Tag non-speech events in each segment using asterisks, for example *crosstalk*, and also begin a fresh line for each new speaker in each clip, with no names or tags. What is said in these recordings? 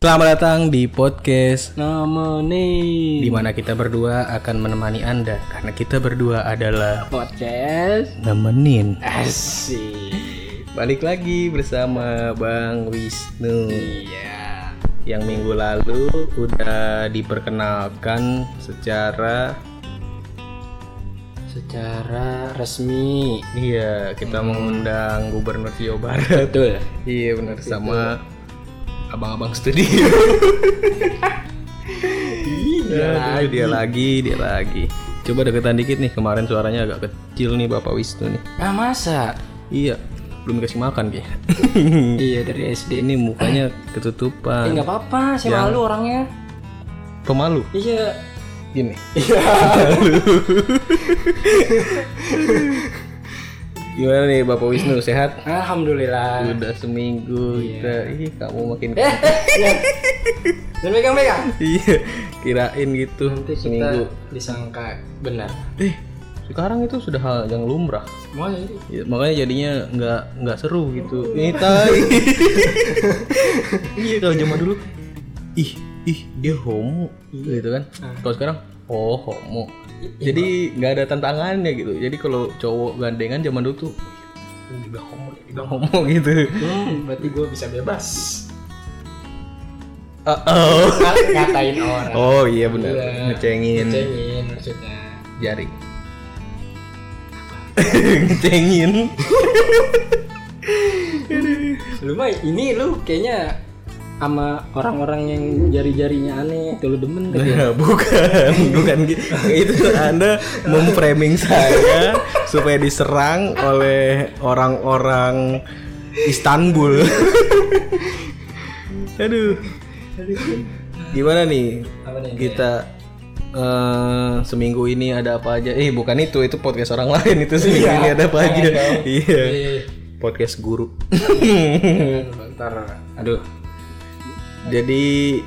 Selamat datang di podcast
Nama nih
di mana kita berdua akan menemani Anda karena kita berdua adalah
podcast
nemenin.
asik.
Balik lagi bersama Bang Wisnu
Iya.
yang minggu lalu udah diperkenalkan secara
Secara resmi.
iya kita mengundang Gubernur Jawa Barat.
Betul.
Iya benar sama abang-abang studio. Iya, dia lagi, dia lagi. Coba deketan dikit nih, kemarin suaranya agak kecil nih Bapak Wisnu nih.
Ah masa?
Iya, belum dikasih makan *laughs* kayaknya.
iya dari SD.
Ini mukanya
Eh
ketutupan.
nggak apa-apa, saya malu orangnya.
Pemalu. Iya.
Iya.
Gini. Gimana nih Bapak Wisnu sehat?
Alhamdulillah.
Udah seminggu kita. Ih, kamu makin
Eh, eh, lihat. Dan pegang-pegang.
Iya, kirain gitu
Nanti
seminggu.
kita disangka benar.
Eh, sekarang itu sudah hal yang lumrah.
Mau jadi.
Ya, makanya jadinya nggak nggak seru gitu. Ini tai. *laughs* Iya kalau zaman dulu, ih ih dia homo gitu kan.
Ah.
Kalau sekarang, oh homo. Iya. Jadi nggak ada tantangannya gitu. Jadi kalau cowok gandengan zaman dulu tuh "Ini juga homo, ini juga homo *laughs* gitu.
Hmm, *laughs* berarti gue bisa bebas.
Uh oh.
Ngatain orang.
Oh iya benar.
Iya.
Ngecengin
Cengin maksudnya.
jaring. Ngecengin.
lu mah ini lu kayaknya sama orang-orang yang jari-jarinya aneh tuh lu demen kan? tuh
Nah, *laughs* bukan, bukan gitu. Itu Anda memframing saya supaya diserang oleh orang-orang Istanbul. *laughs* Aduh. Gimana nih?
apa nih
Kita eh, seminggu ini ada apa aja? Eh, bukan itu, itu podcast orang lain itu seminggu ini ada apa aja. Iya.
Eh,
Podcast guru.
ntar iya. aduh
Jadi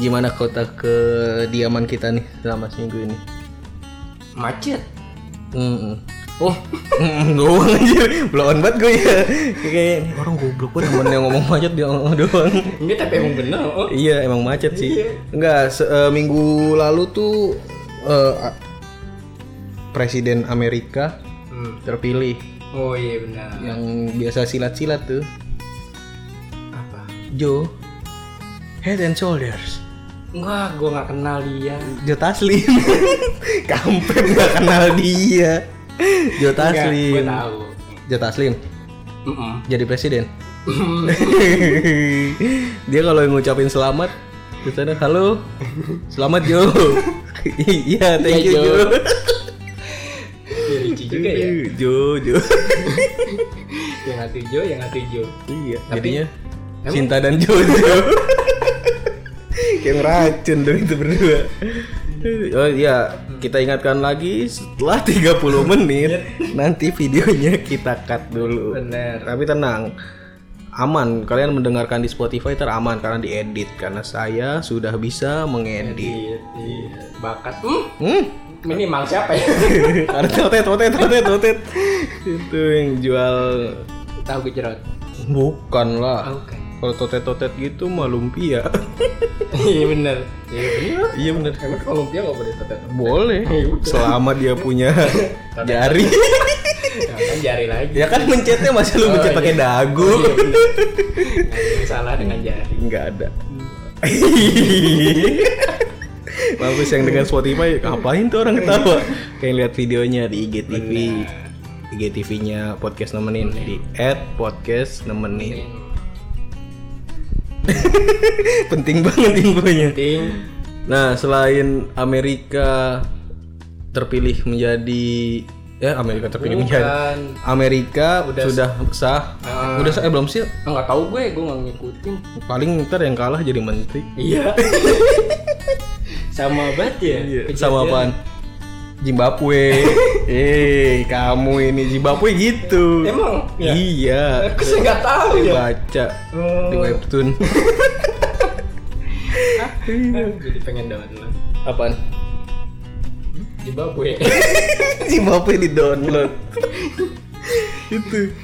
gimana kota kediaman kita nih selama seminggu ini?
macet
Mm-mm. Oh, *laughs* mm, doang aja, blown banget gue ya. Kayak orang goblok banget temen yang ngomong macet dia ngomong doang.
ini tapi emang bener oh
Iya, emang macet sih. Enggak, se- eh, minggu lalu tuh eh, a- presiden Amerika
Hmm.
terpilih
oh iya benar
yang biasa silat-silat tuh,
apa
Joe Head and Shoulders.
wah gua nggak kenal dia
Joe Taslim. *laughs* Kampret gak kenal dia. Joe
gue
Taslim.
tahu
Joe Taslim
Mm-mm.
jadi
*laughs*
presiden. dia kalau ngucapin selamat terus ada halo selamat
*laughs*
Jo iya thank
Iya,
you Jo
Iya, lucu juga ya
Jo Jo
yang satu Jo yang satu Jo
iya jadinya Cinta dan Jo Jo kayak ngeracun dong itu berdua oh iya kita ingatkan lagi setelah 30 menit nanti videonya kita cut dulu
bener
Tapi tenang, aman. Kalian mendengarkan di Spotify teraman karena diedit karena saya sudah bisa mengedit.
Iya, iya. bakat hmm?
Hmm? *laughs*
minimal siapa ya
Ada totet, totet, totet, totet. Itu yang jual
tahu gejrot
bukan lah.
oke
Kalau totet-totet gitu mah lumpia.
iya bener iya bener
iya bener.
Emang Kolombia nggak boleh tetet?
Boleh. Selama dia punya jari.
Ya kan jari lagi.
ya kan mencetnya masih lu mencet pakai dagu.
Oh, iya. Ada yang salah dengan jari.
nggak ada Mampus yang dengan Spotify ngapain tuh orang ketawa kayak lihat videonya di IGTV IGTV-nya podcast nemenin di at podcast nemenin *laughs* penting banget infonya
Penting.
nah selain Amerika terpilih menjadi ya Amerika terpilih menjadi
Bukan.
Amerika
Udah
sudah sah
Ah.
udah sah eh, belum sih
Enggak tahu gue, gue nggak ngikutin.
paling ntar yang kalah jadi menteri
Iya. *laughs* Sama banget ya. Kejadian.
Sama apaan?
*laughs*
Zimbabwe. eh, kamu ini Zimbabwe gitu.
Emang? Ya.
Iya.
Aku sih nggak tahu ya.
Baca
Oh.
di webtoon.
Iya. Jadi pengen download.
Apaan?
Zimbabwe.
*laughs* Zimbabwe di
*laughs*
download. Itu.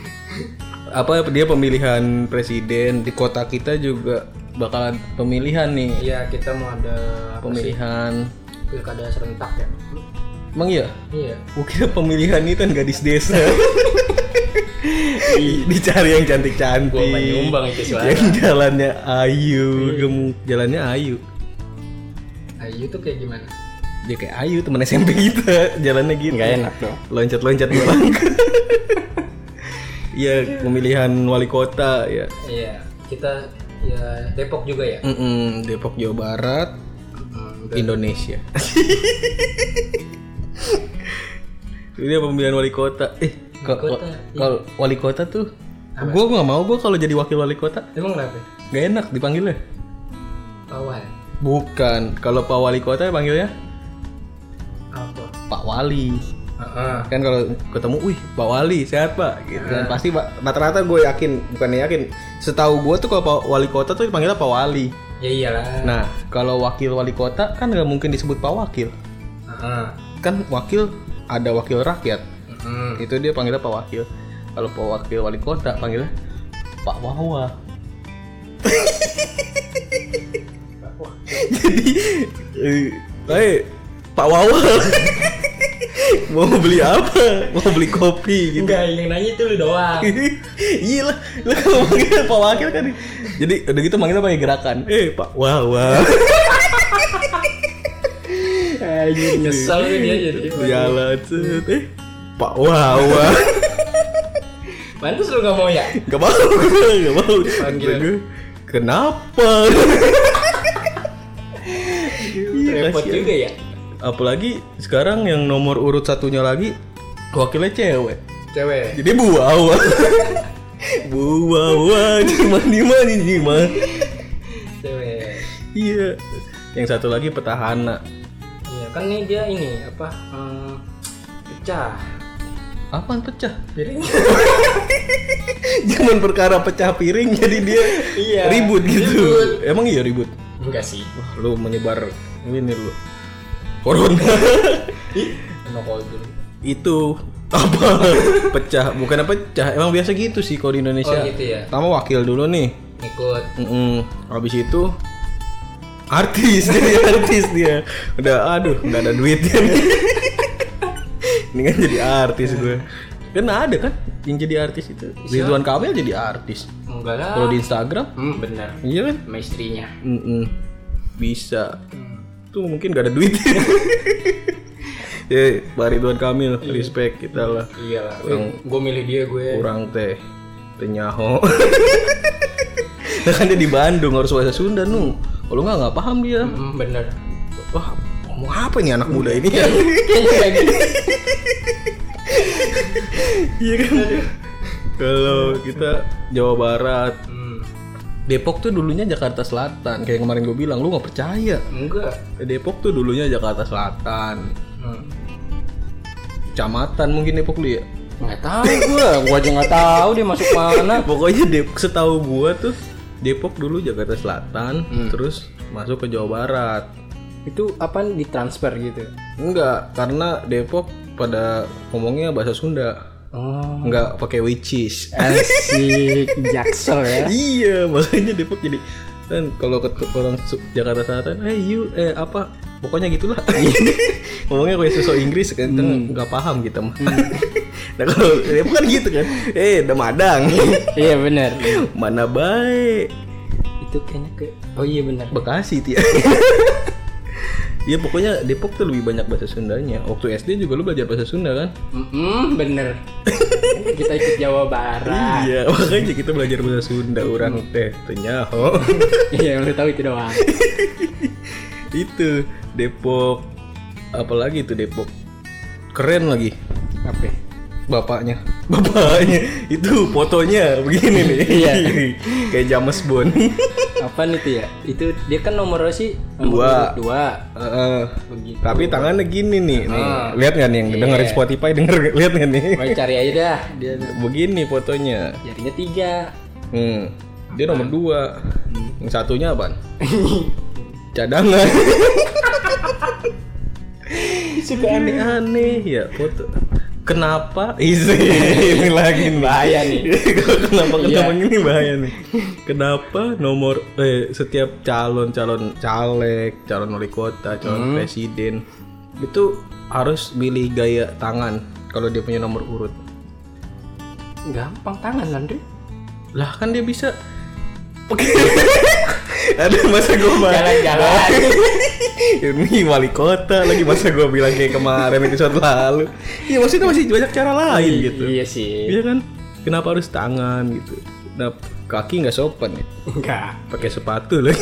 Apa dia pemilihan presiden di kota kita juga bakalan pemilihan nih
Iya, kita mau ada apa sih?
pemilihan
Pilkada serentak ya.
emang iya
Iya.
gue kira pemilihan itu kan gadis desa Di- dicari yang cantik-cantik
Gua nyumbang itu suara.
yang jalannya ayu gemuk jalannya ayu
Ayu tuh kayak gimana?
dia kayak ayu teman SMP kita jalannya gitu
Nggak enak dong.
loncat-loncat di bangku *laughs* Iya, pemilihan wali kota ya.
Iya, kita ya Depok juga ya.
Mm-mm, Depok Jawa Barat,
Hmm,
Indonesia. *laughs* Ini pemilihan wali kota. Eh, ka-
Wali kota, iya.
wa- kalau wali kota tuh,
Apa?
gue gak mau gue kalau jadi wakil wali kota,
Emang kenapa?
gak enak dipanggilnya.
Pawan.
Bukan, kalau pak wali kota panggilnya
Apa?
Pak Wali.
Heeh.
Kan kalau ketemu, wih Pak Wali sehat Pak, gitu kan
Ah.
pasti Pak. Rata-rata gue yakin, bukan yakin. Setahu gue tuh kalau Pak Wali kota tuh dipanggilnya Pak Wali.
Ya iyalah.
Nah, kalau wakil wali kota kan gak mungkin disebut Pak Wakil.
Heeh.
kan wakil ada wakil rakyat
Heeh.
itu dia panggilnya pak wakil kalau pak wakil wali kota panggilnya pak wawa jadi eh, eh, pak wawa mau beli apa mau beli kopi gitu
Enggak, yang nanya itu lu doang.
iya lah lah kalau manggil pak wakil kan jadi udah gitu manggilnya pakai gerakan eh pak wawa
Ayo nyesel tuh dia
Iya,
jadi.
jalan set. eh pak wawa
Pantes lu gak mau ya?
Gak mau gue, gak mau Kata gue, Kenapa? Iya,
Repot
kasihan.
juga ya.
Apalagi sekarang yang nomor urut satunya lagi Wakilnya cewek
Cewek.
Jadi bu wawa *laughs* Bu wawa Cuman di mana ini mah
Cewek.
Iya Yang satu lagi petahana
Iya, kan nih dia ini apa? eh, pecah.
Apaan pecah? *laughs*
Piringnya.
Cuman perkara pecah piring jadi dia
Iya,
ribut gitu
ribut.
Emang iya ribut?
Enggak sih.
Wah lu menyebar ini lu Corona *laughs*
Emang kalau dulu.
itu apa *laughs* pecah bukan pecah emang biasa gitu sih kalau di
Oh
Indonesia
gitu ya.
pertama wakil dulu nih
Ngikut.
Mm-mm. habis itu artis *laughs* jadi artis dia udah aduh nggak ada duitnya nih. *laughs* ini kan jadi artis
Iya.
gue kan ada kan yang jadi artis itu Ridwan Kamil jadi artis
Enggak lah.
kalau di Instagram
Hmm, benar.
iya kan
Sama istrinya.
Mm-mm. bisa
Hmm.
tuh mungkin gak ada *laughs* duitnya ya Pak Ridwan Kamil respect kita lah
Iya lah. Gue milih dia gue.
kurang teh *laughs* tenyaho nah kan dia di Bandung harus bahasa Sunda nu kalau nggak nggak paham dia
Hmm, bener.
wah ngomong apa nih anak muda ini
Kayaknya kayak gitu.
iya kan *laughs* kalau kita Jawa Barat
Hmm,
Depok tuh dulunya Jakarta Selatan kayak kemarin gue bilang lu nggak percaya
enggak.
Depok tuh dulunya Jakarta Selatan
Hmm.
kecamatan mungkin Depok lu ya
Nggak tahu gue. Gue aja nggak tahu dia masuk mana.
pokoknya Depok setahu gua tuh Depok dulu Jakarta Selatan terus masuk ke Jawa Barat
Itu apa di transfer gitu?
Enggak, karena Depok pada ngomongnya bahasa Sunda.
Oh,
Enggak pakai which is.
asik jaksel ya.
iya, makanya Depok jadi dan kalau ke ke orang Su- Jakarta Selatan, eh you eh apa? Pokoknya gitulah. ngomongnya kayak sosok Inggris kan kita nggak paham kita mah. *laughs* nah kalau Depok kan gitu kan. Eh, udah madang.
Iya bener.
Mana baik.
Itu kayaknya ke. Oh iya bener.
Bekasi
*laughs*
tiap. Iya pokoknya Depok tuh lebih banyak bahasa Sundanya. Waktu SD juga lu belajar bahasa Sunda kan?
Mm-mm, bener. Kita ikut Jawa Barat.
Iya, makanya kita belajar bahasa Sunda orang teh tenyaho.
*laughs* Iya, lu tahu itu doang.
itu Depok apalagi itu Depok. Keren lagi
Apa?
bapaknya. *laughs* Bapaknya itu fotonya begini nih.
*laughs* Iya.
*laughs* Kayak James
*laughs*
Bond.
Apa itu ya? Itu dia kan nomornya sih
Dua.
nomor dua.
Heeh.
Begitu.
Tapi tangannya gini nih, nih.
Ah.
Lihat nggak nih yang
Iya.
dengerin Spotify denger lihat nggak nih?
Mari cari aja dah. Dia
Begini fotonya.
jarinya tiga.
Hmm. Dia nomor dua.
Hmm.
Yang satunya
*laughs*
apa? Cadangan. Suka aneh-aneh ya foto. Kenapa? Isi ini lagi nih.
Bahaya nih.
*laughs* kenapa
Iya.
kenapa ini bahaya nih. Kenapa nomor eh setiap calon calon caleg, calon wali kota,
Hmm.
calon presiden itu harus milih gaya tangan kalau dia punya nomor urut.
Gampang tangan Landri.
Lah kan dia
*laughs*
bisa. Oke. Ada masa gue
Jalan-jalan.
ini wali kota lagi masa gue bilang kayak kemarin episode lalu iya maksudnya masih banyak cara lain gitu
Iya sih.
iya kan kenapa harus tangan gitu nah, kaki nggak sopan ya
Enggak.
pakai sepatu loh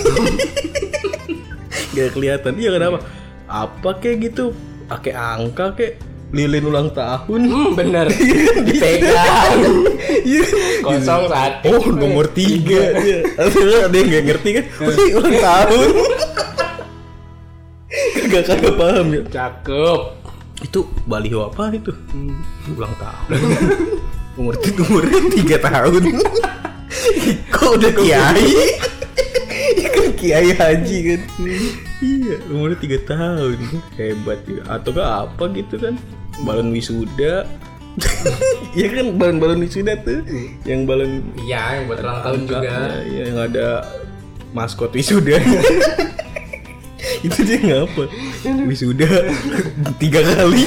*laughs* nggak kelihatan iya kenapa apa kayak gitu pakai angka kayak lilin ulang tahun
Hmm, bener. Dipegang.
Iya.
Kosong satu.
Oh nomor tiga Iya. Ada yang gak ngerti kan Pasti ulang tahun Gak kagak paham ya
Cakep.
itu baliho apa itu ulang tahun Hmm. *laughs* umur umurnya tiga tahun *laughs* kok udah kiai *laughs* Ya kan kiai haji kan iya umurnya tiga tahun hebat juga atau gak apa gitu kan balon wisuda *laughs* ya kan balon-balon wisuda tuh yang balon
Iya, yang buat ulang tahun juga.
Iya, iya, yang ada maskot *laughs* wisuda. itu dia ngapa? Wisuda *laughs* tiga kali.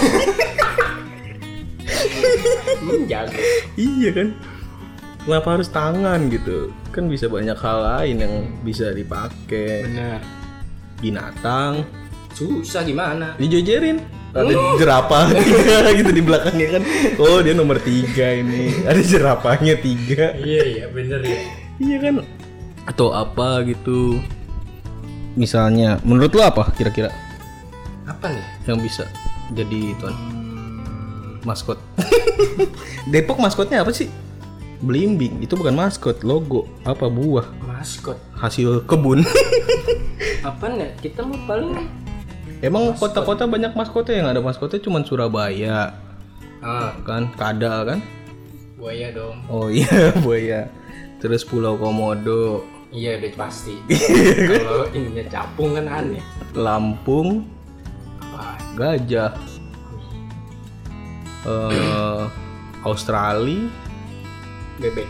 Hmm, jago.
iya kan? Kenapa harus tangan gitu? Kan bisa banyak hal lain yang bisa dipakai.
Bener.
Binatang
Susah gimana?
dijejerin. Ada jerapah *laughs* tiga gitu di belakangnya kan. Oh, dia nomor tiga ini. Ada jerapahnya tiga.
Iya, iya, bener ya.
Iya kan? Atau apa gitu? Misalnya, menurut lo apa kira-kira
Apa nih?
yang bisa jadi tuan maskot? *laughs* Depok maskotnya apa sih? Belimbing itu bukan maskot, logo apa buah
Maskot.
hasil kebun.
Apa nih? Kita mau paling
*laughs* Emang kota-kota banyak maskotnya yang ada maskotnya cuman Surabaya
ah,
kan, Kadal kan?
buaya dong.
Oh iya *laughs* buaya. Terus Pulau Komodo,
Iya, udah pasti. *laughs* Kalau ininya capung kan aneh.
Lampung,
Apa?
gajah eh Australia
Bebek.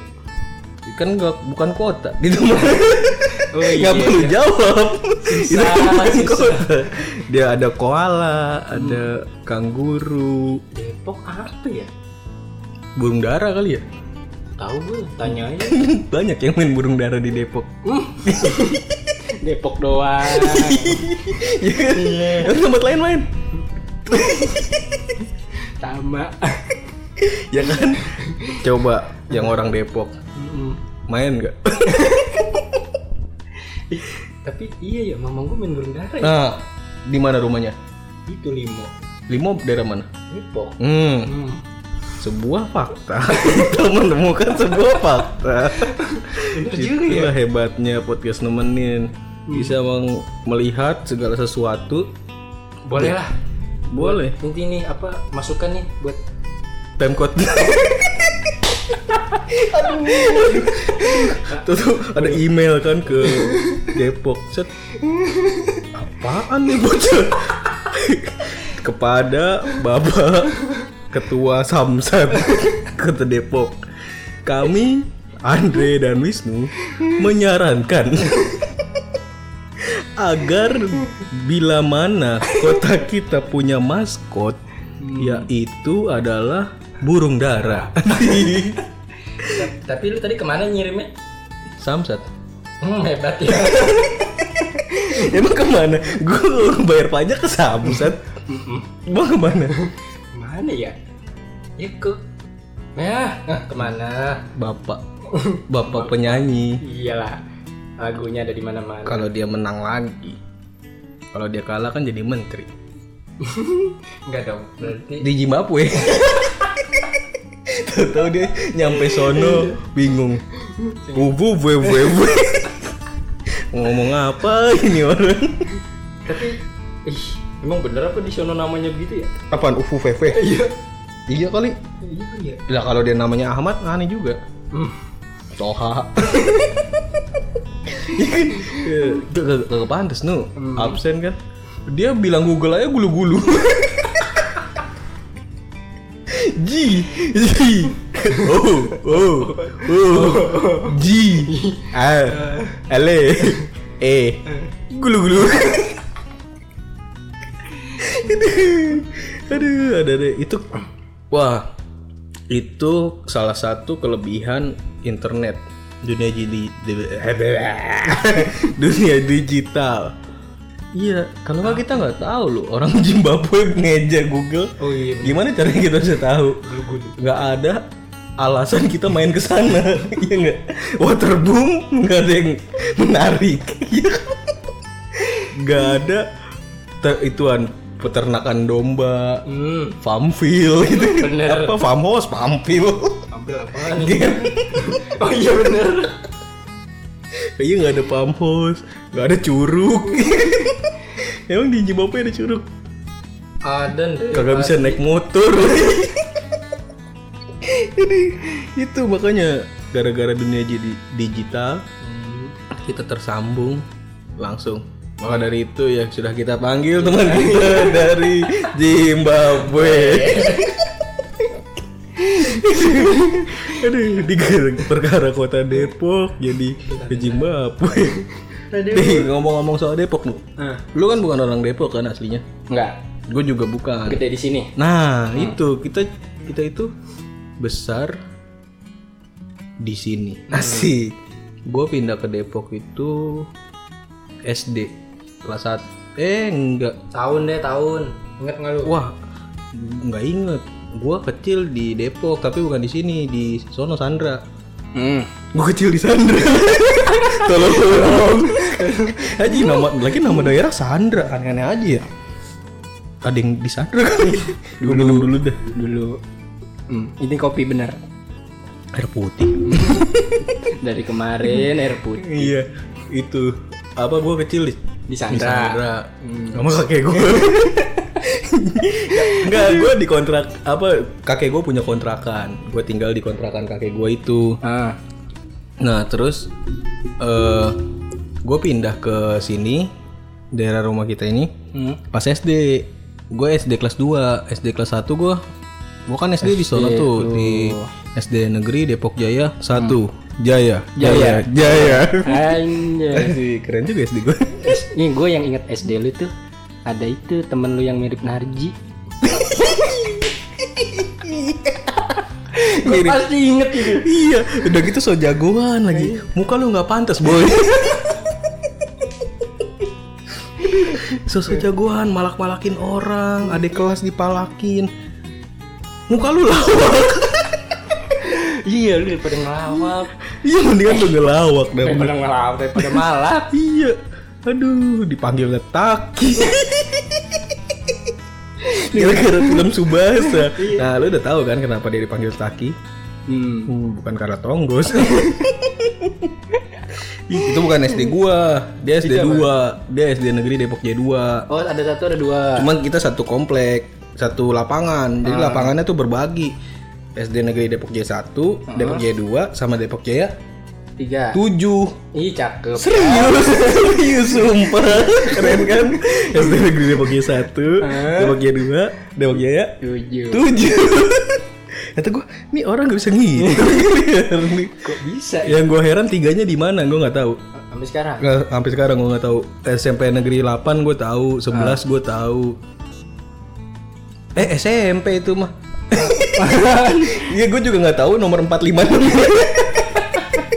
kan nggak bukan kota *laughs* di rumah
Oh
nggak perlu jawab itu kan
Susah,
bukan
susah.
kota dia ada koala ada kanguru
Depok apa ya?
burung dara kali ya *laughs*
Tahu gue, tanya *laughs* aja.
banyak yang main burung dara di Depok
Depok *laughs* doang.
Iya kan? Emang tempat lain main
Tama.
ya kan coba yang orang Depok
Mm-mm.
main nggak
Tapi iya ya, mamang gue main burung dara ya.
nah di mana rumahnya
Itu limo.
Limo daerah mana
Depok.
hmm
Hmm.
sebuah fakta *laughs* kita menemukan sebuah fakta
Bener juga ya.
itulah hebatnya podcast nemenin bisa meng- melihat segala sesuatu
Boleh lah.
boleh
Nanti nih apa masukan nih buat
time code Tuh, tuh, ada email kan ke Depok set apaan nih bocah kepada Bapak Ketua Samsat Kota Depok kami Andre dan Wisnu menyarankan agar bila mana kota kita punya maskot Hmm. yaitu adalah burung *laughs* dara
Ta- Tapi lu tadi kemana nyirimnya?
Samsat
*laughs* Hmm, hebat ya.
emang kemana gue bayar pajak ke Samsat emang kemana
Mana ya? Ya ke Ya, ah, kemana?
bapak bapak penyanyi
Iyalah, lagunya ada di mana-mana.
kalau dia menang lagi kalau dia kalah kan jadi menteri
Enggak dong, berarti
di *laughs* Zimbabwe tahu dia nyampe sono bingung bubu bue bue bue ngomong apa ini orang
tapi ih, emang bener apa di sono namanya begitu ya?
apaan ufu vv
Iya.
iya kali
Iya iya.
lah kalau dia namanya Ahmad aneh juga
Hmm.
Toha Iya. Gak, gak, gak pantas nu absen kan dia bilang Google aja gulu-gulu G G Oh Oh Oh G A L E Gulu gulu Aduh Aduh ada ada itu Wah itu salah satu kelebihan internet dunia jadi dunia digital iya kalau nggak kita nggak tahu loh orang Zimbabwe ngeja Google
Oh iya.
gimana caranya kita bisa tahu nggak ada alasan kita main ke sana *laughs* ya nggak waterboom nggak ada yang menarik *laughs* Iya kan? nggak ada te- ituan peternakan domba
Hmm.
Famfil gitu
Bener.
apa Famhos Famfil *laughs*
Ambil apaan? *laughs*
Game.
oh iya bener.
kayaknya Iya, nggak ada Famhos nggak ada curug *laughs* emang di Zimbabwe ada curug
Ada nih.
kagak bisa naik *laughs* motor jadi itu makanya gara-gara dunia jadi digital kita tersambung langsung maka dari itu ya sudah kita panggil teman *laughs* kita dari Zimbabwe Aduh, di gara- perkara kota Depok jadi ke Zimbabwe. Nih, ngomong-ngomong soal Depok lu.
Ah.
Lu kan bukan orang Depok kan aslinya?
Enggak.
Gue juga bukan.
Gede di sini.
Nah, itu kita kita itu besar di sini. *laughs* Asik. Gue pindah ke Depok itu SD kelas 1. Eh, enggak.
Tahun deh tahun. Ingat nggak lu?
Wah, enggak inget. Gue kecil di Depok, tapi bukan di sini, di Sono Sandra.
Hmm.
Gue kecil di Sandra. *laughs* Tolong, tolong. Haji nama lagi nama daerah Sandra, aneh-aneh aja ya. Ada yang di *laughs* Sandra kali. dulu dulu deh.
Dulu. Hmm. Ini kopi bener.
Air putih.
Dari kemarin air putih
Iya, itu apa gua kecil di Hmm.
di
di
Sandra.
Sandra. Sama kakek *laughs* gua. Enggak, gua di kontrak apa kakek gua punya kontrakan. Gua tinggal di kontrakan kakek gua itu.
Ah.
Nah, terus eh gua pindah ke sini daerah rumah kita ini
Hmm.
pas SD. Gue SD kelas 2, SD kelas 1 gua gua kan SD, di Solo tuh, di SD Negeri Depok Jaya 1. Jaya.
Jaya.
Jaya.
Anjay.
Asik, keren juga SD gue
Nih gue yang inget SD lu tuh ada itu temen lu yang mirip *laughs* Narji. Gue
Mirip.
pasti inget itu.
*laughs* Iya, udah gitu so jagoan lagi Muka lu gak pantas boy *laughs* Sosok jagoan, malak-malakin orang Adik kelas dipalakin Muka lu lawak *laughs*
Iya lu daripada ngelawak,
Iya mendingan lu ngelawak dah Bu.
daripada ngelawak, daripada malap.
Iya Aduh, dipanggil *laughs* Taki Gara-gara film Subasa Nah, lu udah tahu kan kenapa dia dipanggil Taki
Hmm.
Hmm, bukan karena tonggos. *laughs* itu bukan SD gua, dia SD 2, dia SD negeri Depok J2.
Oh ada satu ada dua.
Cuman kita satu komplek, satu lapangan. Jadi lapangannya tuh berbagi. SD negeri Depok J1, Depok J2 sama Depok Jaya
Tiga.
7.
Ih cakep.
Serius, *laughs* serius sumpah. Keren kan? SD negeri Depok J1, Depok J2, Depok Jaya
Tujuh.
7. *laughs* Kata gua, nih orang gak bisa ngitung.
Kok bisa? ya?
Yang gue heran tiganya di mana gue nggak tahu.
Sampai sekarang.
Nggak- Sampai sekarang gue nggak tahu. SMP negeri 8 gue tahu, 11 gue tahu. Eh SMP itu mah. Iya gue juga nggak tahu nomor 456.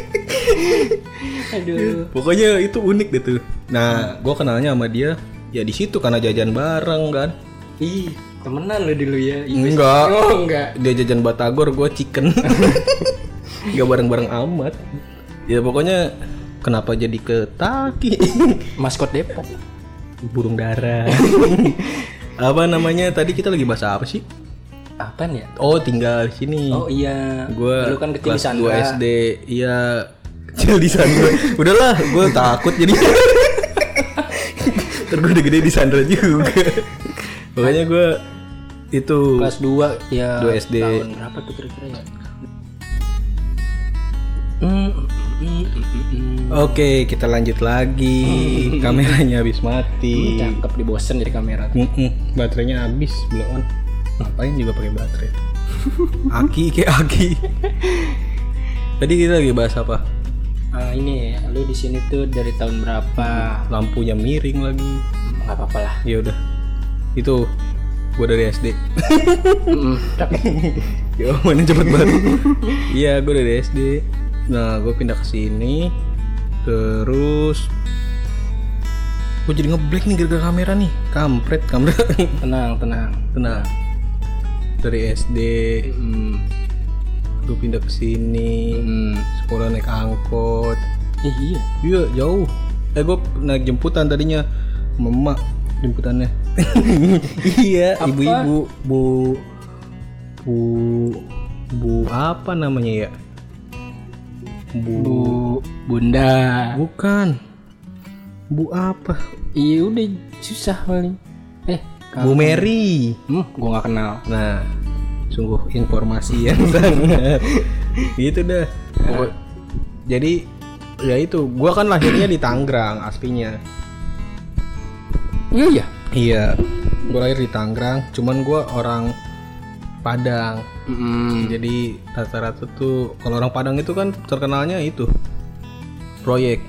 Aduh.
*laughs* Pokoknya itu unik deh tuh. Nah, gue kenalnya sama dia ya di situ karena jajan bareng kan.
Ih temenan lu dulu ya. Ih,
Enggak,
Oh enggak.
dia jajan batagor, gue chicken. *laughs* Gak bareng-bareng amat. Ya pokoknya kenapa jadi ke Taki? *laughs*
Maskot Depok.
burung
*laughs*
dara apa namanya tadi kita lagi bahas apa sih
Apaan ya?
oh tinggal di sini
Oh iya.
Gua
lu kan kecil di
kelas
Sandra.
2 SD iya kecil di Sandra udahlah gue takut jadi *laughs* ntar gue udah gede di Sandra juga makanya gue itu
Kelas 2 ya.
2 SD.
Tahun berapa tuh kira-kira ya? Hmm, hmm, hmm, hmm, hmm.
Oke, kita lanjut
*laughs*
lagi. Kameranya habis mati.
Cakep dibosen jadi kamera.
Mm-mm, baterainya habis, belum on. Ngapain juga pakai baterai? *laughs* Aki kayak Aki. Tadi kita lagi bahas apa?
Ah, ini lu di sini tuh dari tahun berapa?
Lampunya miring lagi.
Hmm, nggak apa-apa *laughs* lah.
Ya udah. Itu gue dari *laughs* SD.
Mm, dapet.
Ya mana cepet banget. *laughs* Iya, gue dari SD. Nah, gue pindah ke sini. Terus gue jadi ngeblank nih gara-gara kamera nih. Kampret, *laughs* kamera.
tenang, tenang.
Tenang. Dari SD
Mm,
gue pindah ke sini.
mm.
Sekolah naik angkot.
Eh, iya.
Iya, jauh. Eh, gue naik jemputan tadinya. Memak jemputannya. *laughs* iya,
Apa?
ibu-ibu, bu bu bu apa namanya ya? Bu
Bu Bunda.
bukan. Bu apa?
Iya udah susah paling. Eh,
Bu Mary.
hmm, gua nggak kenal.
Nah, sungguh informasi *laughs* yang sangat. gitu dah. Pokok- Jadi ya itu, gua kan lahirnya di Tangerang aslinya.
Iya ya.
Iya, gue lahir di Tangerang, cuman gua orang Padang.
Mm,
Jadi rata-rata tuh kalau orang Padang itu kan terkenalnya itu proyek.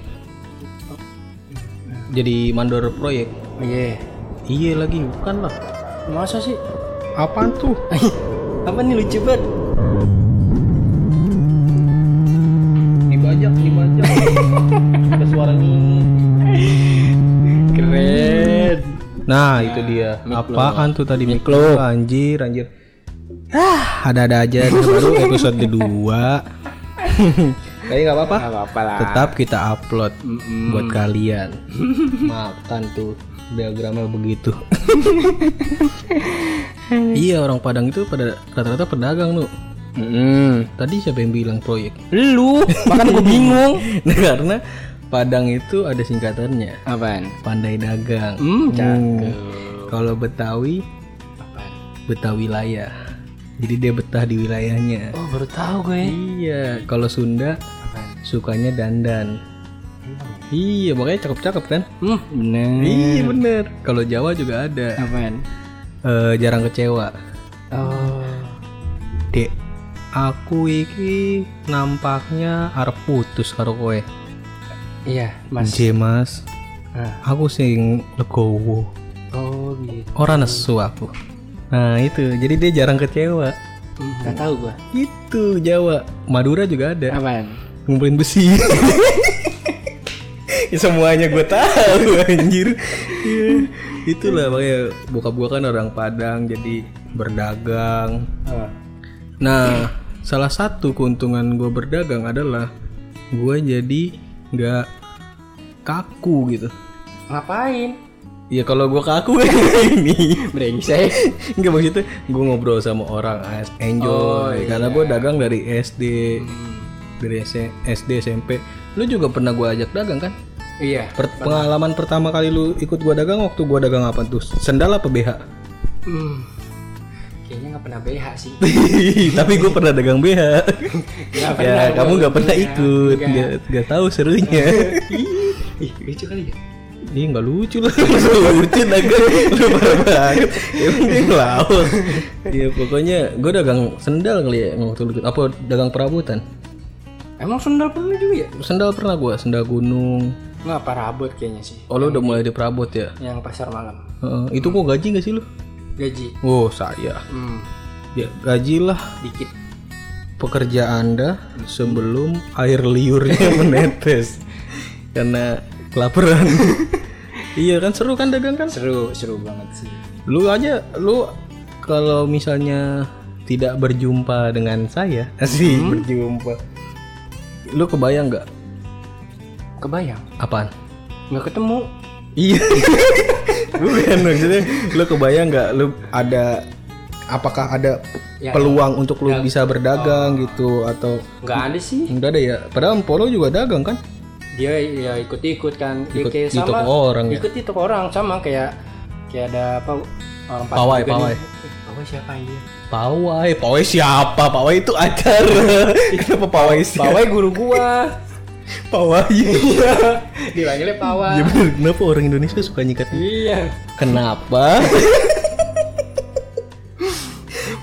Jadi mandor proyek.
iya.
Iya lagi, bukan lah.
Masa sih?
Apaan tuh?
Apa nih lucu banget?
Dibajak, dibajak. Ada suaranya.
Keren.
Nah, itu dia.
Miklo.
Apaan tuh tadi Miklo? Anjir, anjir. Ah, ada-ada aja. Ini baru episode kedua. Tapi nggak apa-apa.
Gak apa-apa lah.
tetap kita upload
Mm-mm.
buat
*laughs*
kalian makan tuh diagramnya begitu iya orang Padang itu pada rata-rata pedagang tuh
Mm.
tadi siapa yang bilang proyek *laughs*
Lu, makanya gua bingung.
nah, karena Padang itu ada singkatannya
Apaan?
pandai dagang
Hmm, cakep.
kalau Betawi
Apaan?
Betawi wilayah jadi dia betah di wilayahnya
Oh, baru tahu gue.
iya kalau Sunda
Apaan?
sukanya dandan iya makanya cakep-cakep kan
Hmm, bener.
Iya bener. Kalau Jawa juga ada.
Apaan?
Eh, jarang kecewa.
Oh.
Dek, aku iki nampaknya arep putus karo kowe.
Iya, Mas.
J mas,
Ah,
aku sing legowo.
Oh, gitu.
Ora nesu aku. Nah itu, jadi dia jarang kecewa.
Hmm, Gak tahu gua.
Itu Jawa. Madura juga ada.
Apaan?
Ngumpulin besi. Ya, *laughs* semuanya gue tahu anjir Iya. itulah makanya bokap gue kan orang Padang jadi berdagang
Apa?
Nah, salah satu keuntungan gue berdagang adalah gue jadi nggak kaku gitu.
Ngapain?
Ya kalau gue kaku *laughs* kayak ini
Brengsek.
*laughs* nggak maksudnya gue ngobrol sama orang as- enjoy karena gue dagang dari SD
Hmm.
Hmm. dari S- SD SMP. Lu juga pernah gue ajak dagang kan?
Iya.
Per- pengalaman pertama kali lu ikut gue dagang waktu gue dagang apa tuh? Sendal apa BH?
Hmm. Kayaknya nggak pernah BH sih.
Tapi gue pernah dagang BH.
Nggak
*laughs* ya
pernah,
kamu nggak pernah
Iya,
ikut,
nggak.
nggak nggak tahu *laughs* serunya.
Ih, lucu kali ya.
Ih nggak lucu lah Masa nggak lucu dagang Lu parah banget Emang dia ngelawan Ya pokoknya Gue dagang sendal kali ya Waktu lu Apa dagang perabotan
Emang sendal pernah juga ya?
Sendal pernah gue Sendal gunung
Nggak parabot kayaknya sih.
Oh lu udah mulai diperabot ya
Yang pasar malam.
Heeh. Itu kok gaji nggak sih lu
Gaji.
Oh saya
Hmm.
Ya gajilah
Dikit.
Pekerja anda Sebelum air liurnya *laughs* menetes Karena *laughs* Kelaparan Iya kan seru kan dagang kan
Seru, seru banget sih.
lu aja lu kalau misalnya tidak berjumpa dengan saya *laughs* sih
Hmm.
berjumpa lu kebayang nggak
Kebayang.
apaan
Nggak ketemu.
iya *laughs* bukan maksudnya lu kebayang nggak lu ada apakah ada
Ya, Oh.
peluang untuk lu bisa berdagang gitu atau
Nggak ada sih.
enggak ada ya padahal Polo juga dagang kan
Dia ya ikut-ikut kan. Ya,
ikut
kayak
di
sama.
toko orang ya
Ikut di toko orang sama kayak kayak ada apa orang pasar
Pawai,
juga
pawai.
nih. Eh, Pawai siapa ini?
pawai pawai siapa pawai itu acara
*laughs*
kenapa pawai siapa
Pawai Iya. guru gua.
pawai
Dipanggilnya pawai.
*laughs* ya bener kenapa orang Indonesia suka nyikat *laughs*
Iya.
Kenapa?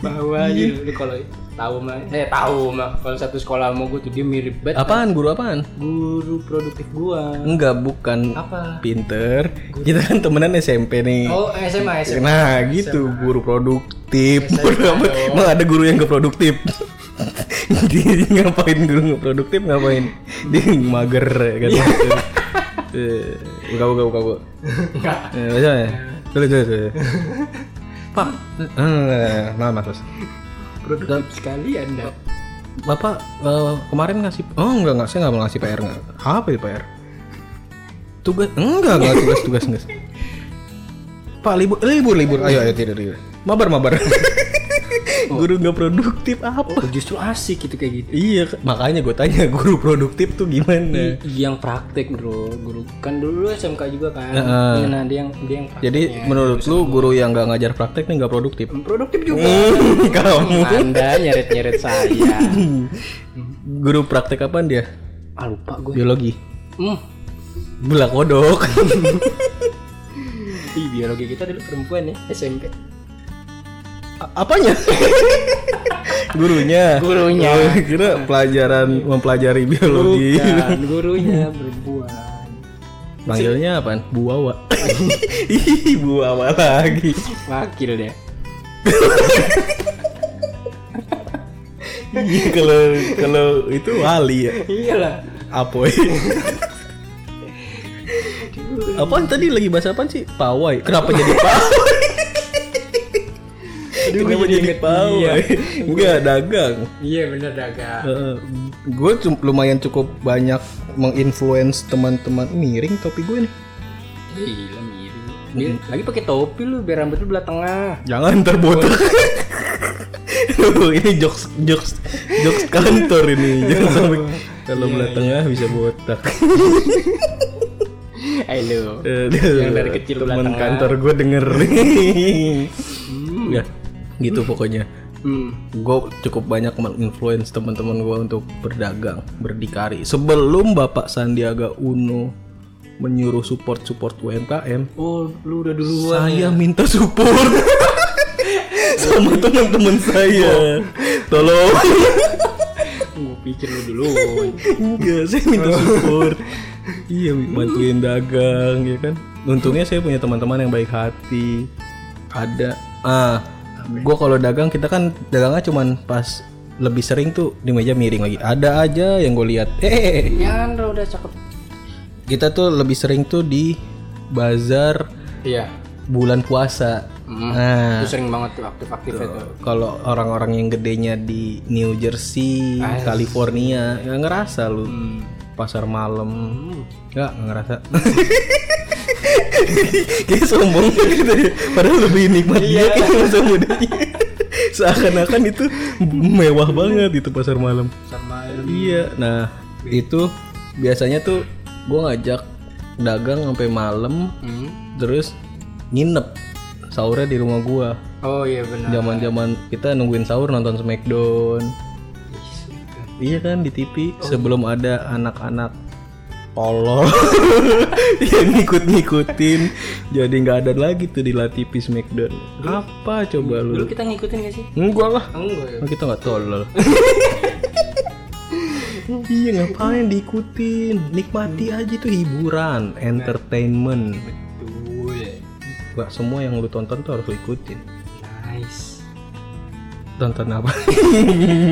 Bahwa gua aja lu Lu kalau tahu mah eh tahu mah kalau satu sekolah sama gua tuh dia mirip banget
Apaan guru apaan?
guru produktif gua
Enggak, bukan
apa
pinter. Kita kan temenan SMP nih.
oh SMA SMA
Nah, gitu guru produktif. Guru apa? Emang ada guru yang gak produktif. *laughs* Jadi ngapain guru nggak produktif ngapain? Dia mager ya kan. Eh, Buka buka buka buka.
enggak
Eh, Baca ya. Tulis tulis tulis. Pak, eh, nah, nah, terus.
produktif sekali anda
Bapak eh, kemarin ngasih oh enggak enggak saya enggak mau ngasih PR enggak. Apa itu PR? Tugas enggak enggak tugas tugas enggak. Pak libur libur libur ayo ayo tidur tidur. Mabar mabar. *laughs* guru nggak produktif apa?
oh, justru asik gitu kayak gitu
Iya makanya gue tanya guru produktif tuh gimana?
yang praktek bro guru kan dulu lu SMK juga kan Iya, nah dia yang dia yang praktek.
Jadi menurut lu guru yang nggak ngajar praktek nih nggak produktif?
produktif *laughs* juga
Hmm, Kamu
anda nyeret nyeret saya
guru praktek apaan dia?
ah lupa gue
Biologi.
hmm.
Bulak kodok.
Ih, biologi kita dulu perempuan ya SMP
A- apanya? *laughs* Gurunya.
Gurunya.
Oh, kira pelajaran mempelajari
Oh,
biologi.
bukan gurunya perempuan
Panggilnya apaan? Bu Wawa. *laughs* Ih, Bu Wawa lagi.
wakil deh
Iya, kalau kalau itu wali ya.
iyalah
*laughs* Apoy. apaan tadi lagi bahas apaan sih? Pawai. *laughs* Kenapa jadi pawai?
Aduh,
Kenapa
gue jadi
jadi Iya.
inget
pawai?
dia.
Enggak dagang.
iya bener dagang
gue lumayan cukup banyak menginfluence teman-teman miring topi gue nih.
gila miring Dia lagi pakai topi lu biar rambut lu belah tengah
Jangan terbotak. ini jokes jokes jokes kantor ini. Jangan sampai kalau
Iya,
belah tengah bisa botak.
Halo.
Yang
dari kecil belah
teman
tengah.
kantor gue denger. ya, gitu pokoknya.
Hmm.
Gue cukup banyak menginfluence teman-teman gue untuk berdagang, berdikari. Sebelum Bapak Sandiaga Uno menyuruh support support UMKM,
Oh, lu udah duluan.
saya minta *laughs* support sama teman-teman saya tolong
Gue pikir lu duluan.
enggak saya minta support iya bantuin dagang ya kan untungnya saya punya teman-teman yang baik hati ada ah gue kalau dagang kita kan dagangnya cuman pas lebih sering tuh di meja miring lagi ada aja yang gue lihat eh, eh, eh.
ya, Andra udah cakep.
kita tuh lebih sering tuh di bazar
Iya.
bulan puasa
Mm.
nah
Lu sering banget tuh aktif-aktif itu.
kalau orang-orang yang gedenya di New Jersey, California, nggak ngerasa lu pasar malam, Ya, nggak nggak ngerasa. *laughs* Kayak sombong gitu ya. Padahal lebih nikmat dia kan masa mudanya. *laughs* Seakan-akan itu mewah banget itu pasar malam.
Sama
Iya, nah itu biasanya tuh gua ngajak dagang sampai malam,
Hmm.
terus nginep sahurnya di rumah gua
Oh iya benar.
zaman zaman kita nungguin sahur nonton Smackdown iya kan di TV sebelum ada anak-anak tolol *laughs* yang ngikut-ngikutin jadi nggak ada lagi tuh di La TV Smackdown apa coba lu
Dulu kita ngikutin gak sih?
enggak lah
Enggak ya.
Emang kita nggak tolol iya ngapain diikutin nikmati aja tuh hiburan entertainment
Betul. ya.
nggak semua yang lu tonton tuh harus lu ikutin
Nice.
Tonton apa?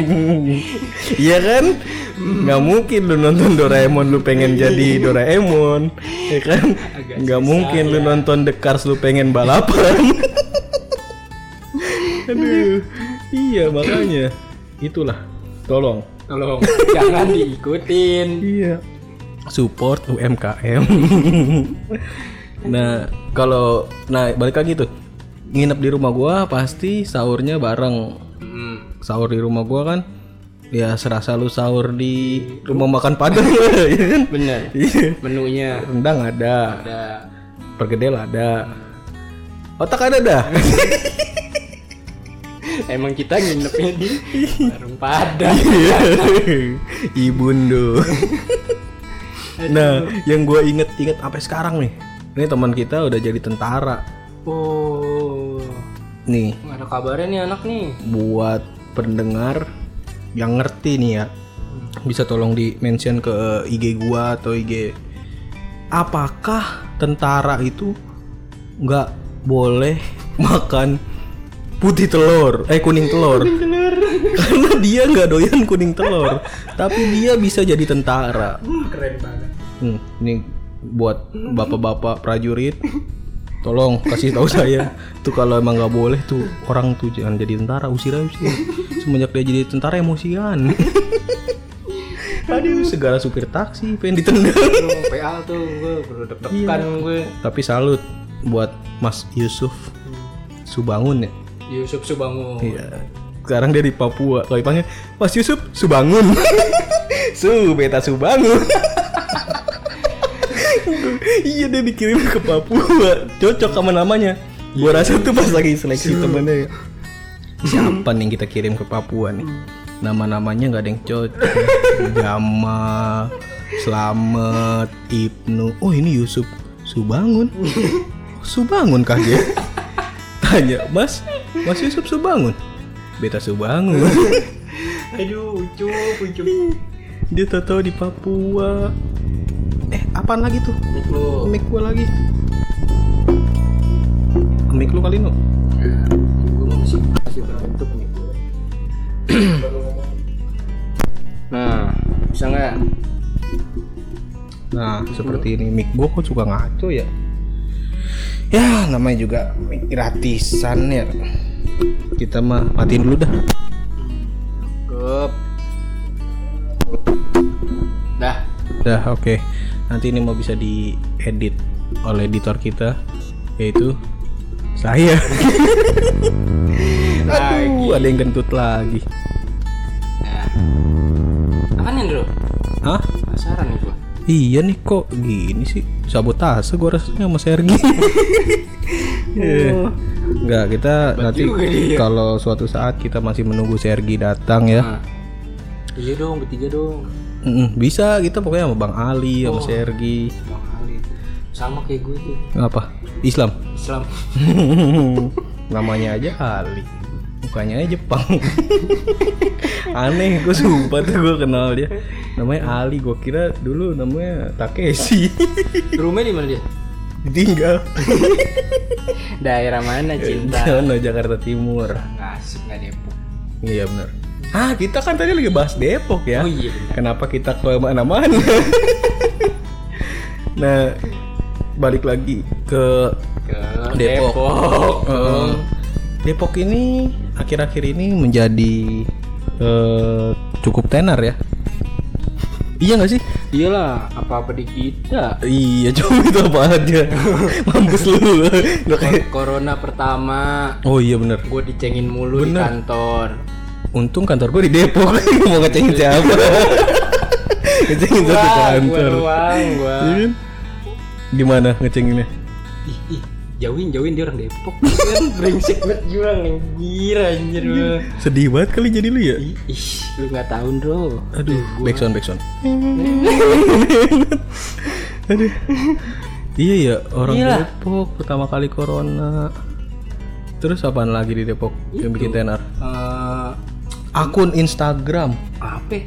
*laughs* Iya kan? Nggak mungkin lu nonton Doraemon lu pengen jadi Doraemon, ya kan?
Agak
Nggak mungkin lu nonton The Cars lu pengen *laughs* balapan. Aduh, iya makanya itulah. Tolong.
Tolong *laughs* jangan diikutin.
Iya. Support UMKM. *laughs* nah, kalau nah balik lagi tuh. Nginep di rumah gua pasti sahurnya bareng
Hmm.
sahur di rumah gua kan ya serasa lu sahur di rumah makan padang *laughs* ya kan
Bener.
Iya.
Menunya
rendang ada
ada
pergedel ada otak ada dah
Emang kita nginepnya di warung Padang.
Iya. ibundo nah yang gua inget-inget sampai sekarang nih ini teman kita udah jadi tentara
Oh.
nih
Nggak ada kabarnya nih anak nih.
buat pendengar yang ngerti nih ya bisa tolong di mention ke IG gua atau IG apakah tentara itu nggak boleh *laughs* makan putih telur eh kuning telur karena dia nggak doyan kuning telur tapi dia bisa jadi tentara
Hmm, keren banget.
Hmm, ini buat bapak-bapak prajurit, tolong kasih tahu saya. Tuh kalau emang nggak boleh tuh orang tuh jangan jadi tentara, usir aja usir. Semenjak dia jadi tentara emosian. Aduh, segala supir taksi pengen ditendang.
Lu mau PA tuh gue perlu deg-degan gue.
Tapi salut buat Mas Yusuf Subangun ya.
Yusuf Subangun.
Iya. Sekarang dia di Papua. Kalau dipanggil Mas Yusuf Subangun. *laughs* Su beta Subangun. *laughs* iya dia dikirim ke Papua. Cocok sama namanya. Gua rasa tuh pas lagi seleksi temennya. ya. Siapa nih yang kita kirim ke Papua nih? Nama-namanya nggak ada yang cocok. Jamal, Slamet, Ibnu. Oh ini Yusuf Subangun. Subangun kaget. Tanya, Mas, Mas Yusuf Subangun? Beta Subangun. *laughs*
Aduh, ucup, ucup.
Dia tahu di Papua. Eh, apaan lagi tuh?
Mik lu.
Mic gua lagi. Mic lu kali nu.
Gue masih masih berantuk nih. *clears throat* nah, bisa nggak?
Nah, seperti ini mic gua kok suka ngaco ya. Ya, namanya juga mic gratisan ya. Kita mah matiin dulu dah.
Cukup. Dah.
Dah, oke. Nanti ini mau bisa diedit oleh editor kita yaitu saya.
Lagi.
Aduh, ada yang kentut lagi.
gitu. Nah. Apaan nih, Bro?
Hah?
Penasaran nih gua.
Iya nih kok gini sih sabotase gue rasanya sama
*laughs*
Sergi. Eh, Enggak, kita nanti
juga dia.
kalau suatu saat kita masih menunggu Sergi datang ya.
Nah. Iya dong, bertiga dong.
Mm-mm, bisa kita pokoknya sama Bang Ali sama
Oh.
Sergi.
Bang Ali. Sama kayak gue tuh.
Apa?
*laughs*
Islam. *laughs*
Islam.
Namanya aja Ali. Mukanya aja Jepang. *laughs* Aneh gue sumpah tuh gue kenal dia. Namanya Ali, gue kira dulu namanya Takeshi.
Rumahnya di mana dia?
Ditinggal.
Daerah mana cinta?
Jono Jakarta Timur.
Nggak asik nggak Depok.
Iya benar. Ah kita kan tadi lagi bahas Depok ya.
Oh iya. bener.
Kenapa kita ke mana-mana? *laughs* nah balik lagi ke
Ke
Depok. Eh, Depok ini akhir-akhir ini menjadi eh, cukup tenar ya. Iya nggak sih?
Iyalah, apa-apa di kita.
Iya *laughs* cuma itu apa aja. Mampus lu. Lu kayak- *laughs*
Corona pertama,
Oh iya bener.
gue dicengin mulu di
*laughs*
kantor.
Untung kantor gue di Depok. *laughs* Mau ngecengin
*laughs*
siapa? ngecengin satu
Wah, gue
kantor.
doang, gue.
*laughs* Iya kan? Gimana ngecenginnya?
Ih, ih, jauhin, jauhin dia orang Depok.
*laughs*
Kan brengsek banget gue orang yang gila anjir
Iya.
lu.
Sedih banget kali jadi lu ya?
Ih, ih, lu nggak tahu bro.
Aduh, back sound, back
*laughs*
sound. Aduh. Iya ya, orang
Iya.
Depok pertama kali corona. Terus apaan lagi di Depok yang bikin tenar?
Eh,
Akun Instagram
apa?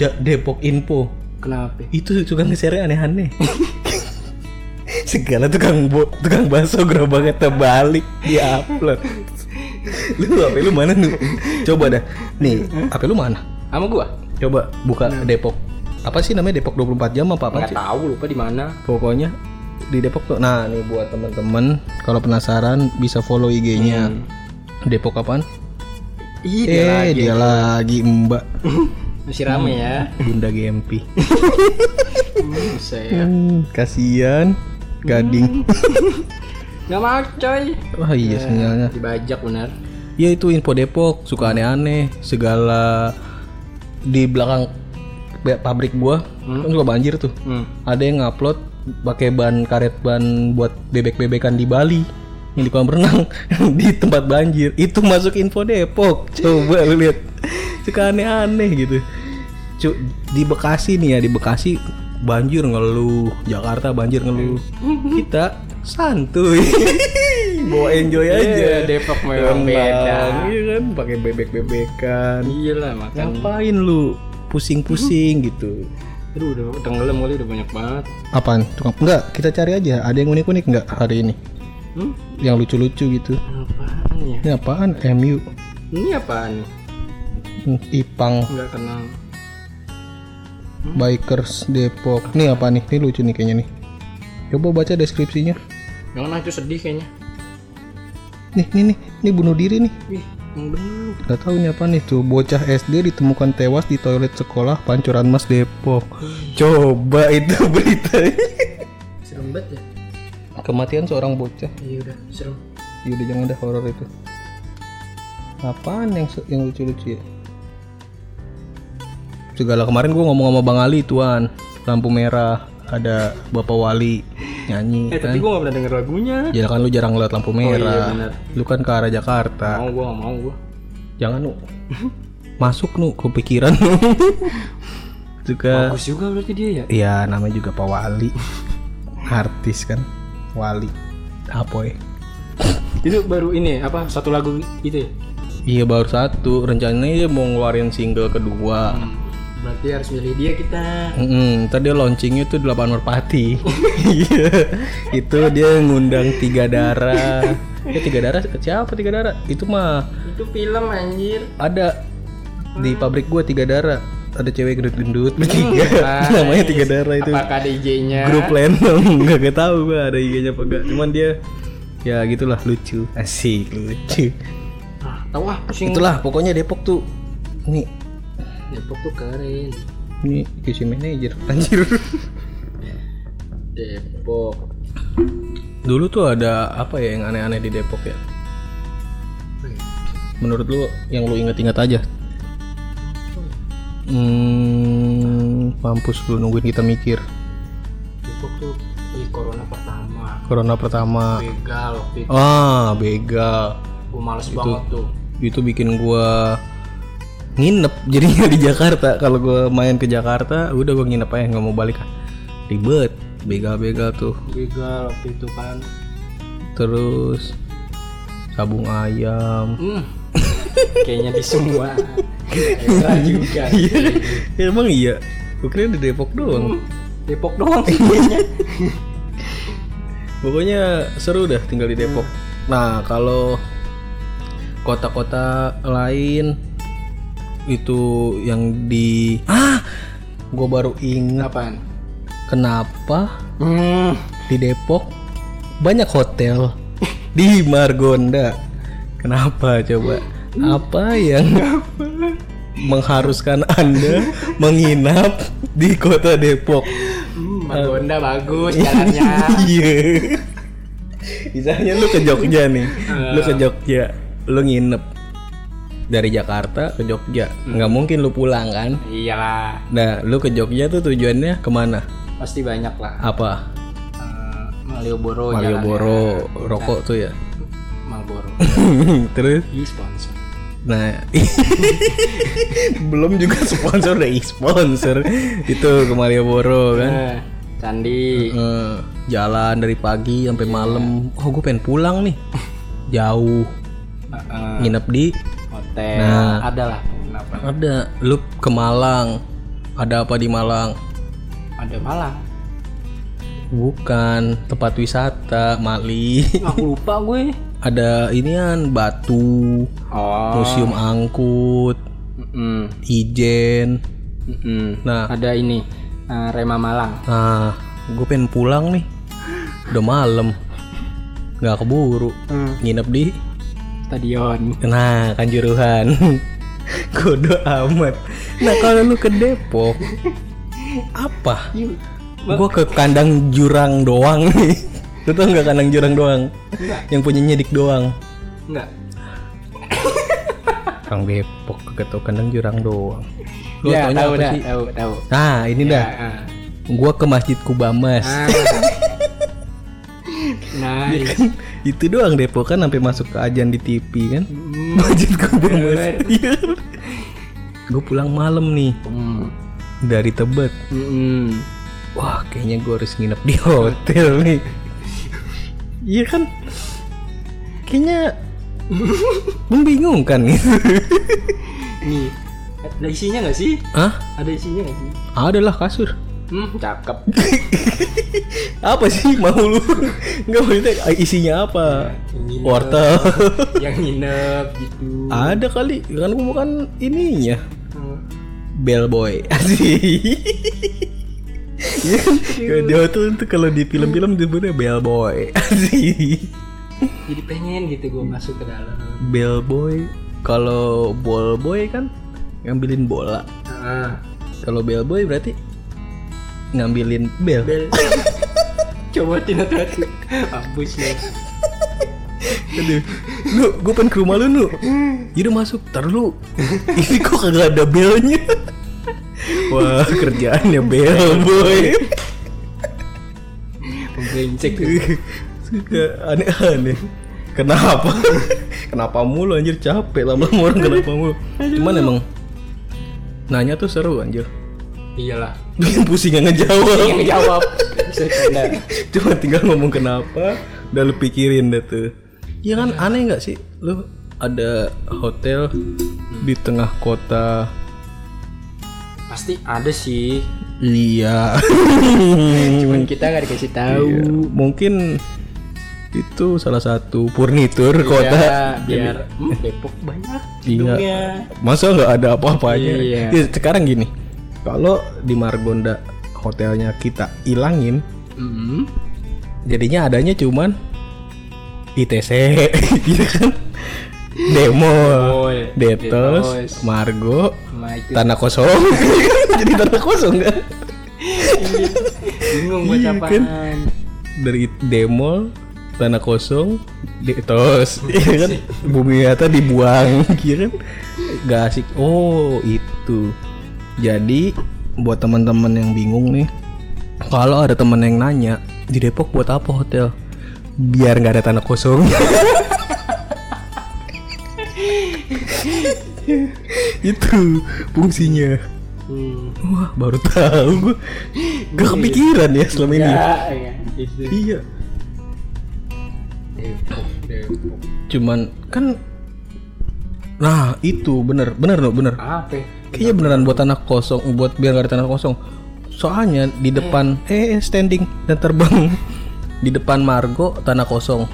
Ja- Depok Info.
Kenapa?
Itu suka nge-share aneh-aneh. *laughs* Segala tukang bo- tukang bakso gerobaknya terbalik di upload. lu apa lu mana lu? Coba dah. Nih, apa lu mana?
Sama gua?
Coba buka Depok. Apa sih namanya Depok 24 jam apa apa
Nah. Nggak
sih?
tahu lupa di mana.
Pokoknya di Depok tuh. Nah, nih buat teman-teman kalau penasaran bisa follow IG-nya. Depok apaan?
Ih, Hmm. dia
eh,
lagi.
dia lagi Mbak
Masih rame ya.
Bunda
*laughs*
GMP.
Hmm, saya.
Hmm, kasihan gading.
Hmm. Nggak mau coy.
Wah, iya
Nah.
sinyalnya.
Dibajak benar.
Ya itu info Depok suka aneh-aneh segala di belakang be- pabrik gua kan suka banjir tuh.
Hmm.
Ada yang ngupload pakai ban karet ban buat bebek-bebekan di Bali yang di kolam renang *laughs* di tempat banjir itu masuk info Depok coba lu lihat suka aneh-aneh gitu Cu, di Bekasi nih ya di Bekasi banjir ngeluh Jakarta banjir ngeluh kita santuy *laughs* bawa enjoy
Iya,
aja
Depok
Renang,
memang beda.
iya kan pakai bebek-bebekan
Iya lah makan.
ngapain lu pusing-pusing gitu
Aduh udah tenggelam kali udah banyak banget.
apaan tukang enggak kita cari aja ada yang unik-unik enggak hari ini
Hmm?
yang lucu-lucu gitu
Apaan ya?
ini apaan MU
Ini apaan nih?
Hmm, Ipang
Enggak kenal.
Bikers Depok nih apa nih ini lucu nih kayaknya nih coba baca deskripsinya
Yang mana itu sedih kayaknya.
nih nih nih ini bunuh diri nih
Wih, yang bener.
Gak tahu nih apa nih tuh bocah SD ditemukan tewas di toilet sekolah Pancoran Mas Depok. Coba itu *laughs* berita.
Serem banget ya.
Kematian seorang bocah.
Iya udah serem.
Yaudah jangan ada horor itu. Apaan yang se- yang lucu-lucu ya? Segala kemarin gua ngomong sama Bang Ali tuan, lampu merah ada Bapak Wali nyanyi
Eh
kan.
tapi gue gak pernah denger lagunya.
Ya kan lu jarang ngeliat lampu merah.
benar.
lu kan ke arah Jakarta.
Mau gue gak mau gue.
Jangan nu. Masuk nu ke pikiran. Juga
Bagus juga berarti dia ya.
Iya namanya juga Pak Wali Artis kan Wali ya? Apoy
Itu baru ini apa satu lagu gitu ya.
Iya baru satu Rencananya dia mau ngeluarin single kedua
Berarti harus milih dia kita.
Mm-mm, ntar dia launchingnya tuh 8 merpati Iya Itu dia ngundang Tiga Darah Eh Tiga Darah siapa Tiga Darah? Itu mah
Itu film anjir.
ada di pabrik gua Tiga Darah ada cewek gendut-gendut bertiga namanya tiga darah itu
Apakah ada IG-nya?
grup random nggak nggak tahu gue ada IG-nya apa enggak cuman dia ya gitulah lucu asik lucu
Ah, tahu ah pusing.
itulah pokoknya Depok tuh ini
Depok tuh keren.
ini QC manager anjir
Depok.
dulu tuh ada apa ya yang aneh-aneh di Depok ya menurut lu yang lu inget-inget aja hmm mampus lu nungguin kita mikir
Depok tuh di corona pertama.
corona pertama
Begal waktu itu.
ah begal
Gue males banget tuh.
itu bikin gua nginep *laughs* jadinya di Jakarta kalau gua main ke Jakarta udah gua nginep aja nggak mau balik ah. ribet begal-begal tuh
Begal waktu itu kan.
terus sabung ayam *laughs*
Hmm. Kayaknya di semua. Begal juga.
Ya, emang iya gua kira di Depok doang
Depok doang sih kayaknya.
pokoknya seru dah tinggal di Depok nah kalau kota-kota lain itu yang di ah gua baru ingat
Apaan?
kenapa
Hmm.
di Depok banyak *laughs* hotel di Margonda. Kenapa coba? Apa yang mengharuskan Anda menginap di kota Depok?
Hmm. Margonda bagus *laughs* jalannya.
Iya. Misalnya lu ke Jogja nih. Lu ke Jogja, lu nginep dari Jakarta ke Jogja. nggak mungkin lu pulang kan?
Iyalah,
Nah, lu ke Jogja tuh tujuannya kemana?
pasti banyak lah.
Apa?
Eh, Malioboro,
Malioboro, rokok tuh ya.
jalan-
*laughs*
Marlboro.
Terus
Di sponsor.
Nah, *laughs* belum juga sponsor dari sponsor itu ke Malioboro kan.
Eh, candi.
Eh, jalan dari pagi sampai malam. Oh, gue pengen pulang nih. Jauh.
Eh, eh,
Nginep di
hotel
Nah.
ada lah kenapa
ada lu ke Malang. Ada apa di Malang?
ada Malang
Bukan tempat wisata, Mali. *laughs*
aku lupa gue
ada inian batu,
oh
museum angkut,
mm-mm,
ijen.
mm-mm.
Nah,
ada ini eh, Rema Malang
Nah, gue pengen pulang nih. Udah malam. Nggak keburu.
Hmm.
Nginep di
stadion
nah Kanjuruhan. *laughs* Kudo amat. Nah, kalau lu ke Depok apa?
Yuk.
Gue ke kandang jurang doang nih. Lu tau nggak kandang jurang doang? Yang punyanya Dik doang.
enggak
Orang Depok kegetok kandang jurang doang. Lu
ya
taunya
tahu
apa
dah
sih?
tahu tahu
Nah, ini dah. *laughs*
Ah, ah.
Gua ke Masjid Kubamas.
Ah. nah itu.
*laughs* itu doang Depok kan sampai masuk ke ajan di TV kan
Mm,
Masjid Kuba Mas *laughs*
Bener.
Gue pulang malam nih
mm,
dari Tebet
mm.
Wah kayaknya gue harus nginep di hotel nih Iya kan kayaknya membingungkan gitu.
Nih, ada isinya nggak sih?
Hah?
Ada isinya nggak sih?
Adalah kasur.
Hmm, cakep.
Apa sih mau lu? Enggak maksudnya isinya apa?
Yang nginep,
Wortel.
yang nginep gitu.
Ada kali kan gua bukan ininya.
Hmm.
Bellboy. Asik. Iya kan? di hotel itu kalau di film-film disebutnya bellboy. Asik.
Jadi pengen gitu
Hmm.
gue masuk ke dalam.
Bellboy kalau ballboy kan ngambilin bola.
Ah,
Kalau bellboy berarti ngambilin bel.
bel. *laughs* Coba tina hati Abus ya.
Aduh, lu gue pengen ke rumah lu lu. Yaudah masuk, tar lu. Ini kok kagak ada belnya. Wah, kerjaannya bel boy.
Pembencek.
Suka aneh-aneh. Kenapa? kenapa mulu anjir capek lama-lama orang kenapa mulu. Cuman emang nanya tuh seru anjir.
Iyalah.
Bikin pusing nggak ngejawab.
Yang jawab. Bisa canda.
*laughs* Cuma tinggal ngomong kenapa Udah lu pikirin dah tuh Ya kan aneh nggak sih Lu ada hotel di tengah kota
Pasti ada sih.
Iya
Cuman kita nggak dikasih tahu.
Hmm. Iya, Mungkin itu salah satu furnitur kota
Iya, biar hmm, Depok banyak
Iya.
gedungnya.
Masa nggak ada apa-apanya
Iya.
Ya, Sekarang gini Kalau di Margonda hotelnya kita ilangin
Mm-mm.
jadinya adanya cuman ITC *laughs* gitu kan demo
Boy,
Detos,
Detos.
Margo,
Nah, itu
tanah kosong. *laughs* Jadi tanah kosong kan?
bingung buat
Iya,
apaan.
kan? Dari demo, tanah kosong, Detos, iya kan? Bumi nyata dibuang, *laughs* gitu kan? Gak asik. Oh itu. Jadi buat teman-teman yang bingung nih, kalau ada teman yang nanya di Depok buat apa hotel? Biar nggak ada tanah kosong. *laughs* itu fungsinya.
Hmm.
Wah, baru tahu gue. Gak kepikiran ya selama ini.
Ya, ya, itu.
Iya.
Depok, Depok.
Cuman kan Nah, itu bener, bener loh, bener.
Apa?
Kayaknya beneran buat tanah kosong, buat biar gak ada tanah kosong. Soalnya di depan eh eh, standing dan terbang di depan Margo tanah kosong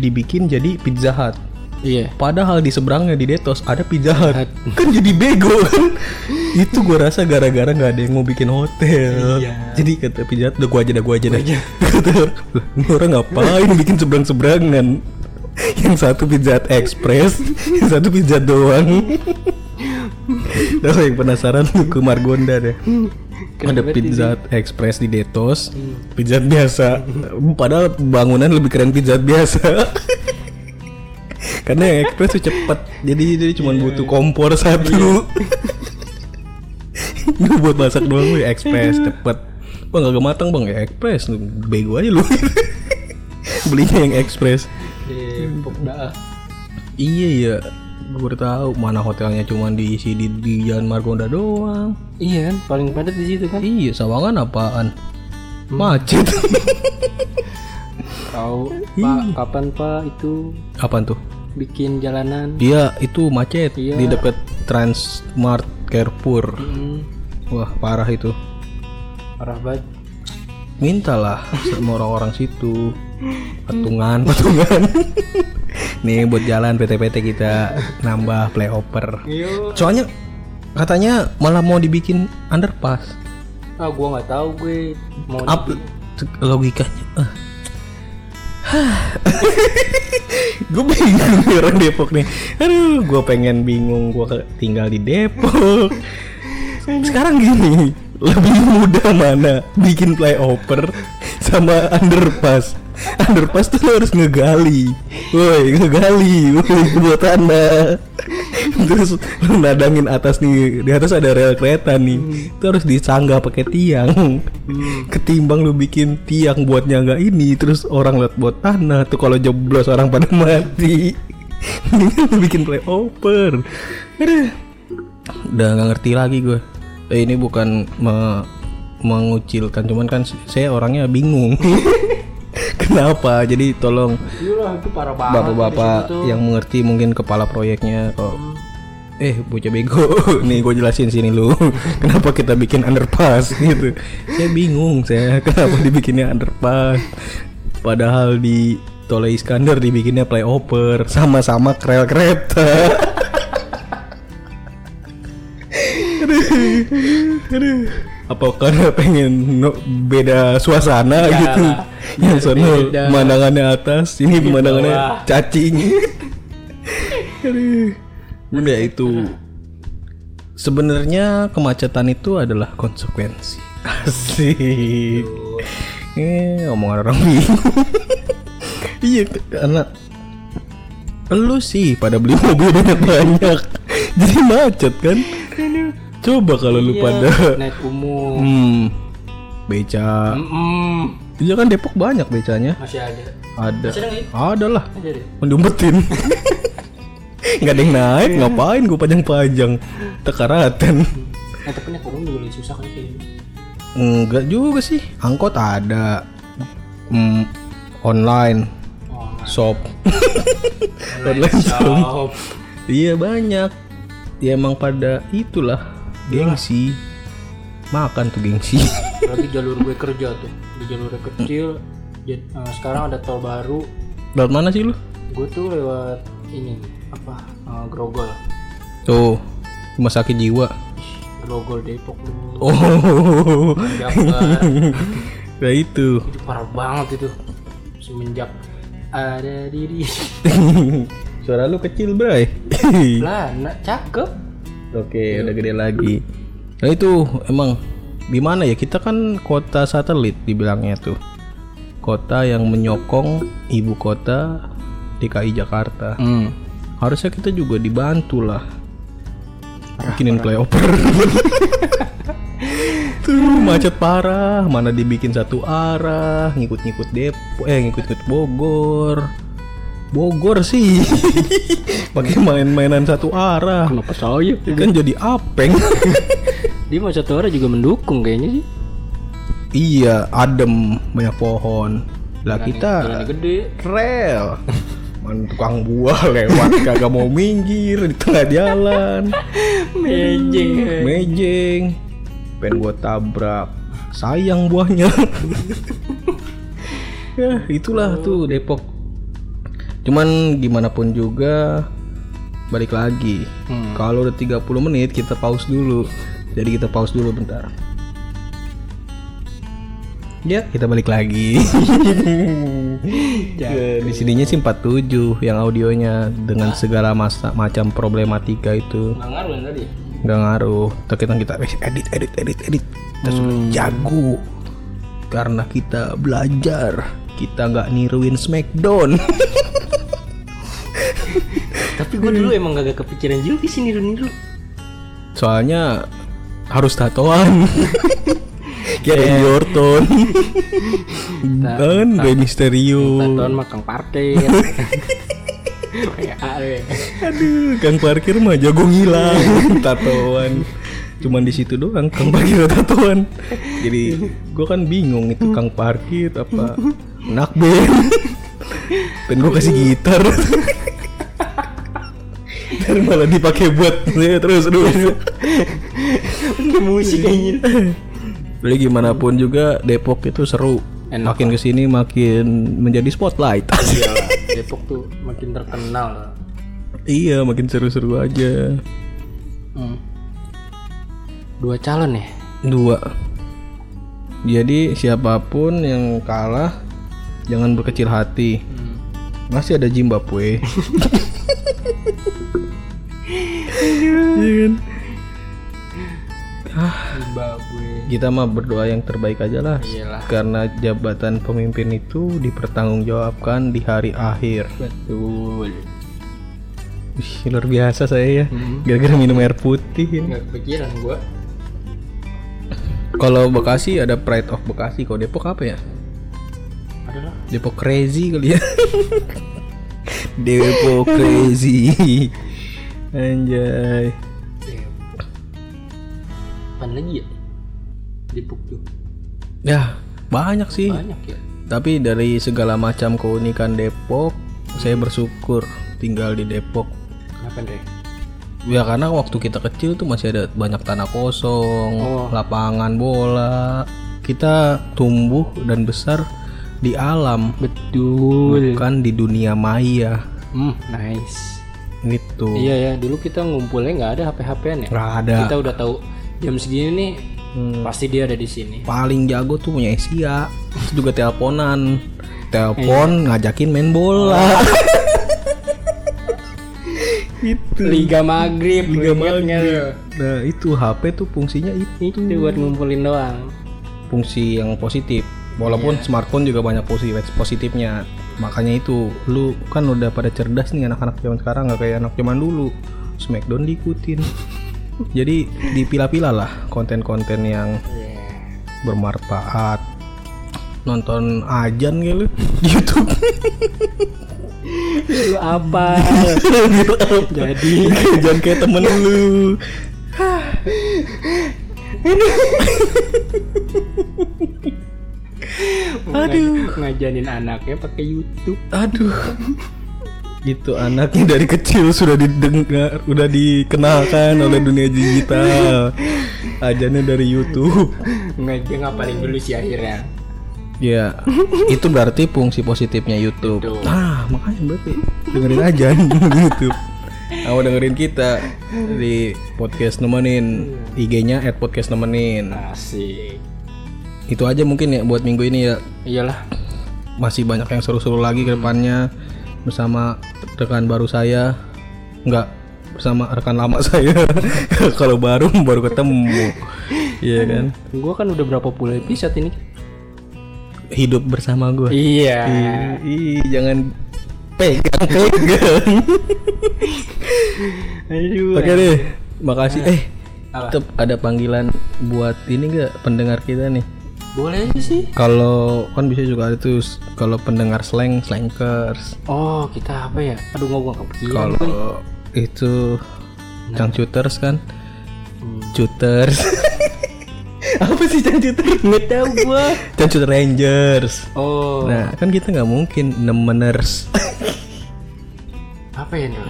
dibikin jadi Pizza Hut.
Iya.
Padahal di seberangnya di Detos ada Pizza Hut. Kan jadi bego kan. Itu gua rasa gara-gara nggak ada yang mau bikin hotel.
Iya.
Jadi kata Pizza Hut, udah gua aja dah gua aja dah. *laughs* Kata orang, "Lah, ini orang ngapain bikin seberang-seberangan? Yang satu Pizza Hut Express, *laughs* yang satu Pizza Hut doang. *laughs* Kalau yang penasaran tuh ke Margonda deh. Ada Pizza Hut Express di Detos, Pizza Hut biasa. Padahal bangunan lebih keren Pizza Hut biasa. *laughs* Karena yang ekspres tuh cepet Jadi jadi cuma butuh kompor *laughs* satu Lu buat masak doang lu ya ekspres cepet Bang gak matang bang ya ekspres Lu Bego aja lu *laughs* Belinya yang ekspres
Depok dah.
Iya ya Gue baru tahu mana hotelnya cuma diisi di, di Jalan Margonda doang
Iya kan, paling padat di situ kan.
Iya Sawangan apaan Macet *laughs*
Tahu Pak, kapan Pak itu
Apaan tuh?
bikin jalanan?
Dia itu macet
Iya.
Di deket Transmart Carrefour
Hmm,
Wah parah itu
parah banget.
mintalah sama orang-orang situ patungan patungan *laughs* nih buat jalan PT-PT kita nambah playoper
Yo,
soalnya katanya malah mau dibikin underpass
ah gua nggak tahu gue mau
Ap- logikanya Eh. *laughs* gue bingung nih orang Depok nih aduh gue pengen bingung gue tinggal di Depok sekarang gini lebih mudah mana bikin flyover sama underpass underpass tuh lo harus ngegali woi ngegali woi buat anda terus lo nadangin atas nih di atas ada rel kereta nih itu harus disanggah pakai tiang ketimbang lu bikin tiang buat nyangga ini terus orang liat buat tanah tuh kalau jeblos orang pada mati *laughs* mendingan lu bikin flyover aduh udah nggak ngerti lagi gue eh, ini bukan me- mengucilkan cuman kan saya orangnya bingung *laughs* kenapa. Jadi tolong
Iyalah Iya itu parah banget
bapak-bapak yang mengerti mungkin kepala proyeknya kalau eh bocah bego *laughs* nih gue jelasin sini lu *laughs* kenapa kita bikin underpass gitu saya bingung saya *laughs* kenapa dibikinnya underpass padahal di Tole Iskandar dibikinnya playoper sama-sama kerel kereta *laughs* Aduh, aduh. apa karena pengen no- beda suasana
Ya,
gitu yang sono
beda.
pemandangannya atas ini pemandangannya
bawah.
cacing Aduh. udah ya itu sebenarnya kemacetan itu adalah konsekuensi asik eh omongan orang bingung iya karena lu sih pada beli mobil banyak banyak jadi macet kan coba kalau lu pada
Iya, naik umum.
hmm beca
Mm-mm. Ya.
iya kan Depok banyak becanya
Masih ada.
ada
Masih ada nggak?
ada lah
Masih ada.
Mendiumpetin *laughs* nggak ada yang naik ngapain gue panjang-panjang tekaratan
Eh tapi naik umum juga lebih susah kan kayak gitu.
enggak juga sih angkot ada Hmm, online
Oh,
shop online
online
shop
shop.
*laughs* iya banyak ya emang pada itulah gengsi makan tuh gengsi *laughs*
Berarti jalur gue kerja tuh. Di jalur kecil. jad- eh, sekarang ada tol baru.
lewat mana sih lu
Gue tuh lewat ini apa eh, grogol.
tuh rumah sakit jiwa
Grogol Depok lu.
oh
Jabar.
*laughs*
*laughs*
nah itu *laughs*
itu parah banget itu semenjak ada diri
suara lu kecil bray *laughs*
lah nak cakep
Oke, udah gede lagi. Iya. Nah itu emang gimana ya? Kita kan kota satelit dibilangnya tuh. Kota yang menyokong ibu kota DKI Jakarta.
hmm.
Harusnya kita juga dibantu lah. Bikinin *laughs* flyover. tuh macet parah, mana dibikin satu arah, ngikut-ngikut Depok, eh ngikut-ngikut Bogor. Bogor sih. *laughs* Pakai main-mainan satu arah.
kenapa saya
Ya kan jadi apeng. *laughs*
dia masa tora juga mendukung kayaknya sih
iya, adem, banyak pohon. Lah kita
jalan gede
rel. Man, tukang buah lewat *laughs* kagak mau minggir di tengah jalan.
mejeng
Mejeng. Pengen gua tabrak. Sayang buahnya. *laughs* ya, itulah tuh Depok. Cuman gimana pun juga balik lagi. Kalau udah 30 menit kita pause dulu. Jadi kita pause dulu bentar. Ya,
Iya.
kita balik lagi. Ya, Di sininya sih 47 yang audionya dengan segala masa, macam problematika itu
nggak ngaruh yang *laughs* tadi
nggak ngaruh terkadang kita "Eh, edit edit edit edit kita sudah jago karena kita belajar kita nggak niruin Smackdown *laughs*
tapi gue dulu emang gak, gak kepikiran juga sih niru-niru
soalnya harus tatoan kayak Randy Orton dan Rey Mysterio
tahun makan *laughs* parkir eh. WA deh.
aduh kang Kan parkir mah jago ngilang *laughs* tatoan cuman di situ doang kang parkir *laughs* tatoan jadi gua kan bingung itu kang parkir apa anak band pengen gua kasih gitar dan malah dipakai buat ya, terus terus
Ini *laughs* musik kayaknya
jadi gimana pun juga Depok itu seru
Enak.
makin kesini makin menjadi spotlight *laughs*
Iyalah, Depok tuh makin terkenal
iya makin seru-seru aja
Hmm. dua calon ya
dua jadi siapapun yang kalah jangan berkecil hati
Hmm.
masih ada
*laughs*
Zimbabwe Iya kan?
Zimbabwe
kita mah berdoa yang terbaik aja lah
iyalah
karena jabatan pemimpin itu dipertanggungjawabkan di hari akhir
betul
Ih, luar biasa saya ya
Mm-hmm.
gara-gara minum air putih ini.
nggak kepikiran gua
kalau Bekasi ada Pride of Bekasi kalau Depok apa ya
adalah
Depok crazy kali
*laughs*
ya. Depok crazy. Anjay.
Depok Apaan lagi ya Depok tuh
Ya, banyak sih.
banyak ya
Tapi dari segala macam keunikan Depok, saya bersyukur tinggal di Depok.
Kenapa deh?
Ya karena waktu kita kecil tuh masih ada banyak tanah kosong,
Oh.
lapangan bola. Kita tumbuh dan besar di alam,
Betul.
bukan di dunia maya.
Hmm, nice.
Gitu.
Iya ya, dulu kita ngumpulnya nggak ada HP-HPan ya.
Nggak ada.
Kita udah tahu jam segini nih
Hmm.
pasti dia ada di sini.
Paling jago tuh punya Asia. Terus juga teleponan.
Iya.
Telepon ngajakin main bola. gitu.
Liga Maghrib,
Liga
lu inget nggak lu?
Nah, itu HP tuh fungsinya itu.
Itu buat ngumpulin doang.
fungsi yang positif. Walaupun smartphone juga banyak positif positifnya. Makanya itu lu kan udah pada cerdas nih anak-anak zaman sekarang nggak kayak anak zaman dulu. Smackdown diikutin. Jadi dipilah-pilah lah konten-konten yang
Iya.
bermanfaat. Nonton ajan gitu lu *laughs* di YouTube.
Lu apa? *laughs* Jadi
Jangan kayak temen lu.
*laughs* Aduh, ngajarin anaknya pakai YouTube.
Aduh. Itu Gitu, anaknya dari kecil sudah didengar, udah dikenalkan oleh dunia digital. Ajannya dari YouTube.
Ngajak ngapalin dulu sih akhirnya.
Ya, itu berarti fungsi positifnya YouTube.
Betul.
Nah, makanya berarti dengerin aja di YouTube. Kamu dengerin kita di podcast nemenin IG-nya at podcast nemenin
Nah, Asik.
itu aja mungkin ya buat minggu ini ya
Iyalah.
masih banyak yang seru-seru lagi ke depannya bersama rekan baru saya nggak bersama rekan lama *laughs* saya kalau baru baru ketemu iya kan
Gua kan udah berapa puluh episode ini?
hidup bersama gue
Iya.
Ih, jangan pegang pegang
Aduh.
oke deh makasih eh
Apa?
tetap ada panggilan buat ini nggak pendengar kita nih
Boleh sih.
kalau kan bisa juga ada tuh kalau pendengar slang slangkers
Oh, kita apa ya? Aduh, gua gua kepikiran.
kalau itu cangcuters kan cuters *laughs* apa sih cangcuter
*laughs* Nggak tahu gua.
cangcuter rangers
Oh,
nah kan kita nggak mungkin nemeners
apa ya, Nur?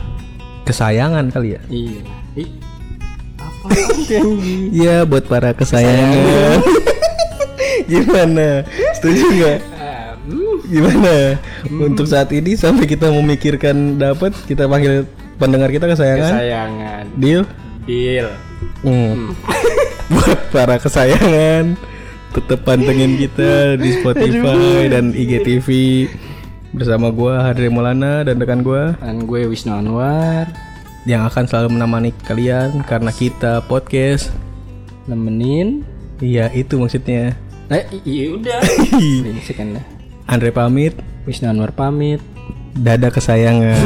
kesayangan kali ya
Iya. Ih. Apa ya? itu *laughs* yang
Iya buat para kesayangan *laughs* gimana setuju nggak
Um,
gimana untuk saat ini sampai kita memikirkan dapat kita panggil pendengar kita kesayangan
sayangan.
deal
Deal.
Hmm. *laughs* Buat para kesayangan tetap pantengin kita di Spotify dan IGTV bersama gua Hadri Maulana dan rekan gua
Dan Kan gue Wisnu Anwar
yang akan selalu menemani kalian karena kita podcast
nemenin.
iya itu maksudnya
Eh, iya *laughs* udah. Brengsek Anda.
Andre pamit
Wisnu Anwar pamit.
dada kesayangan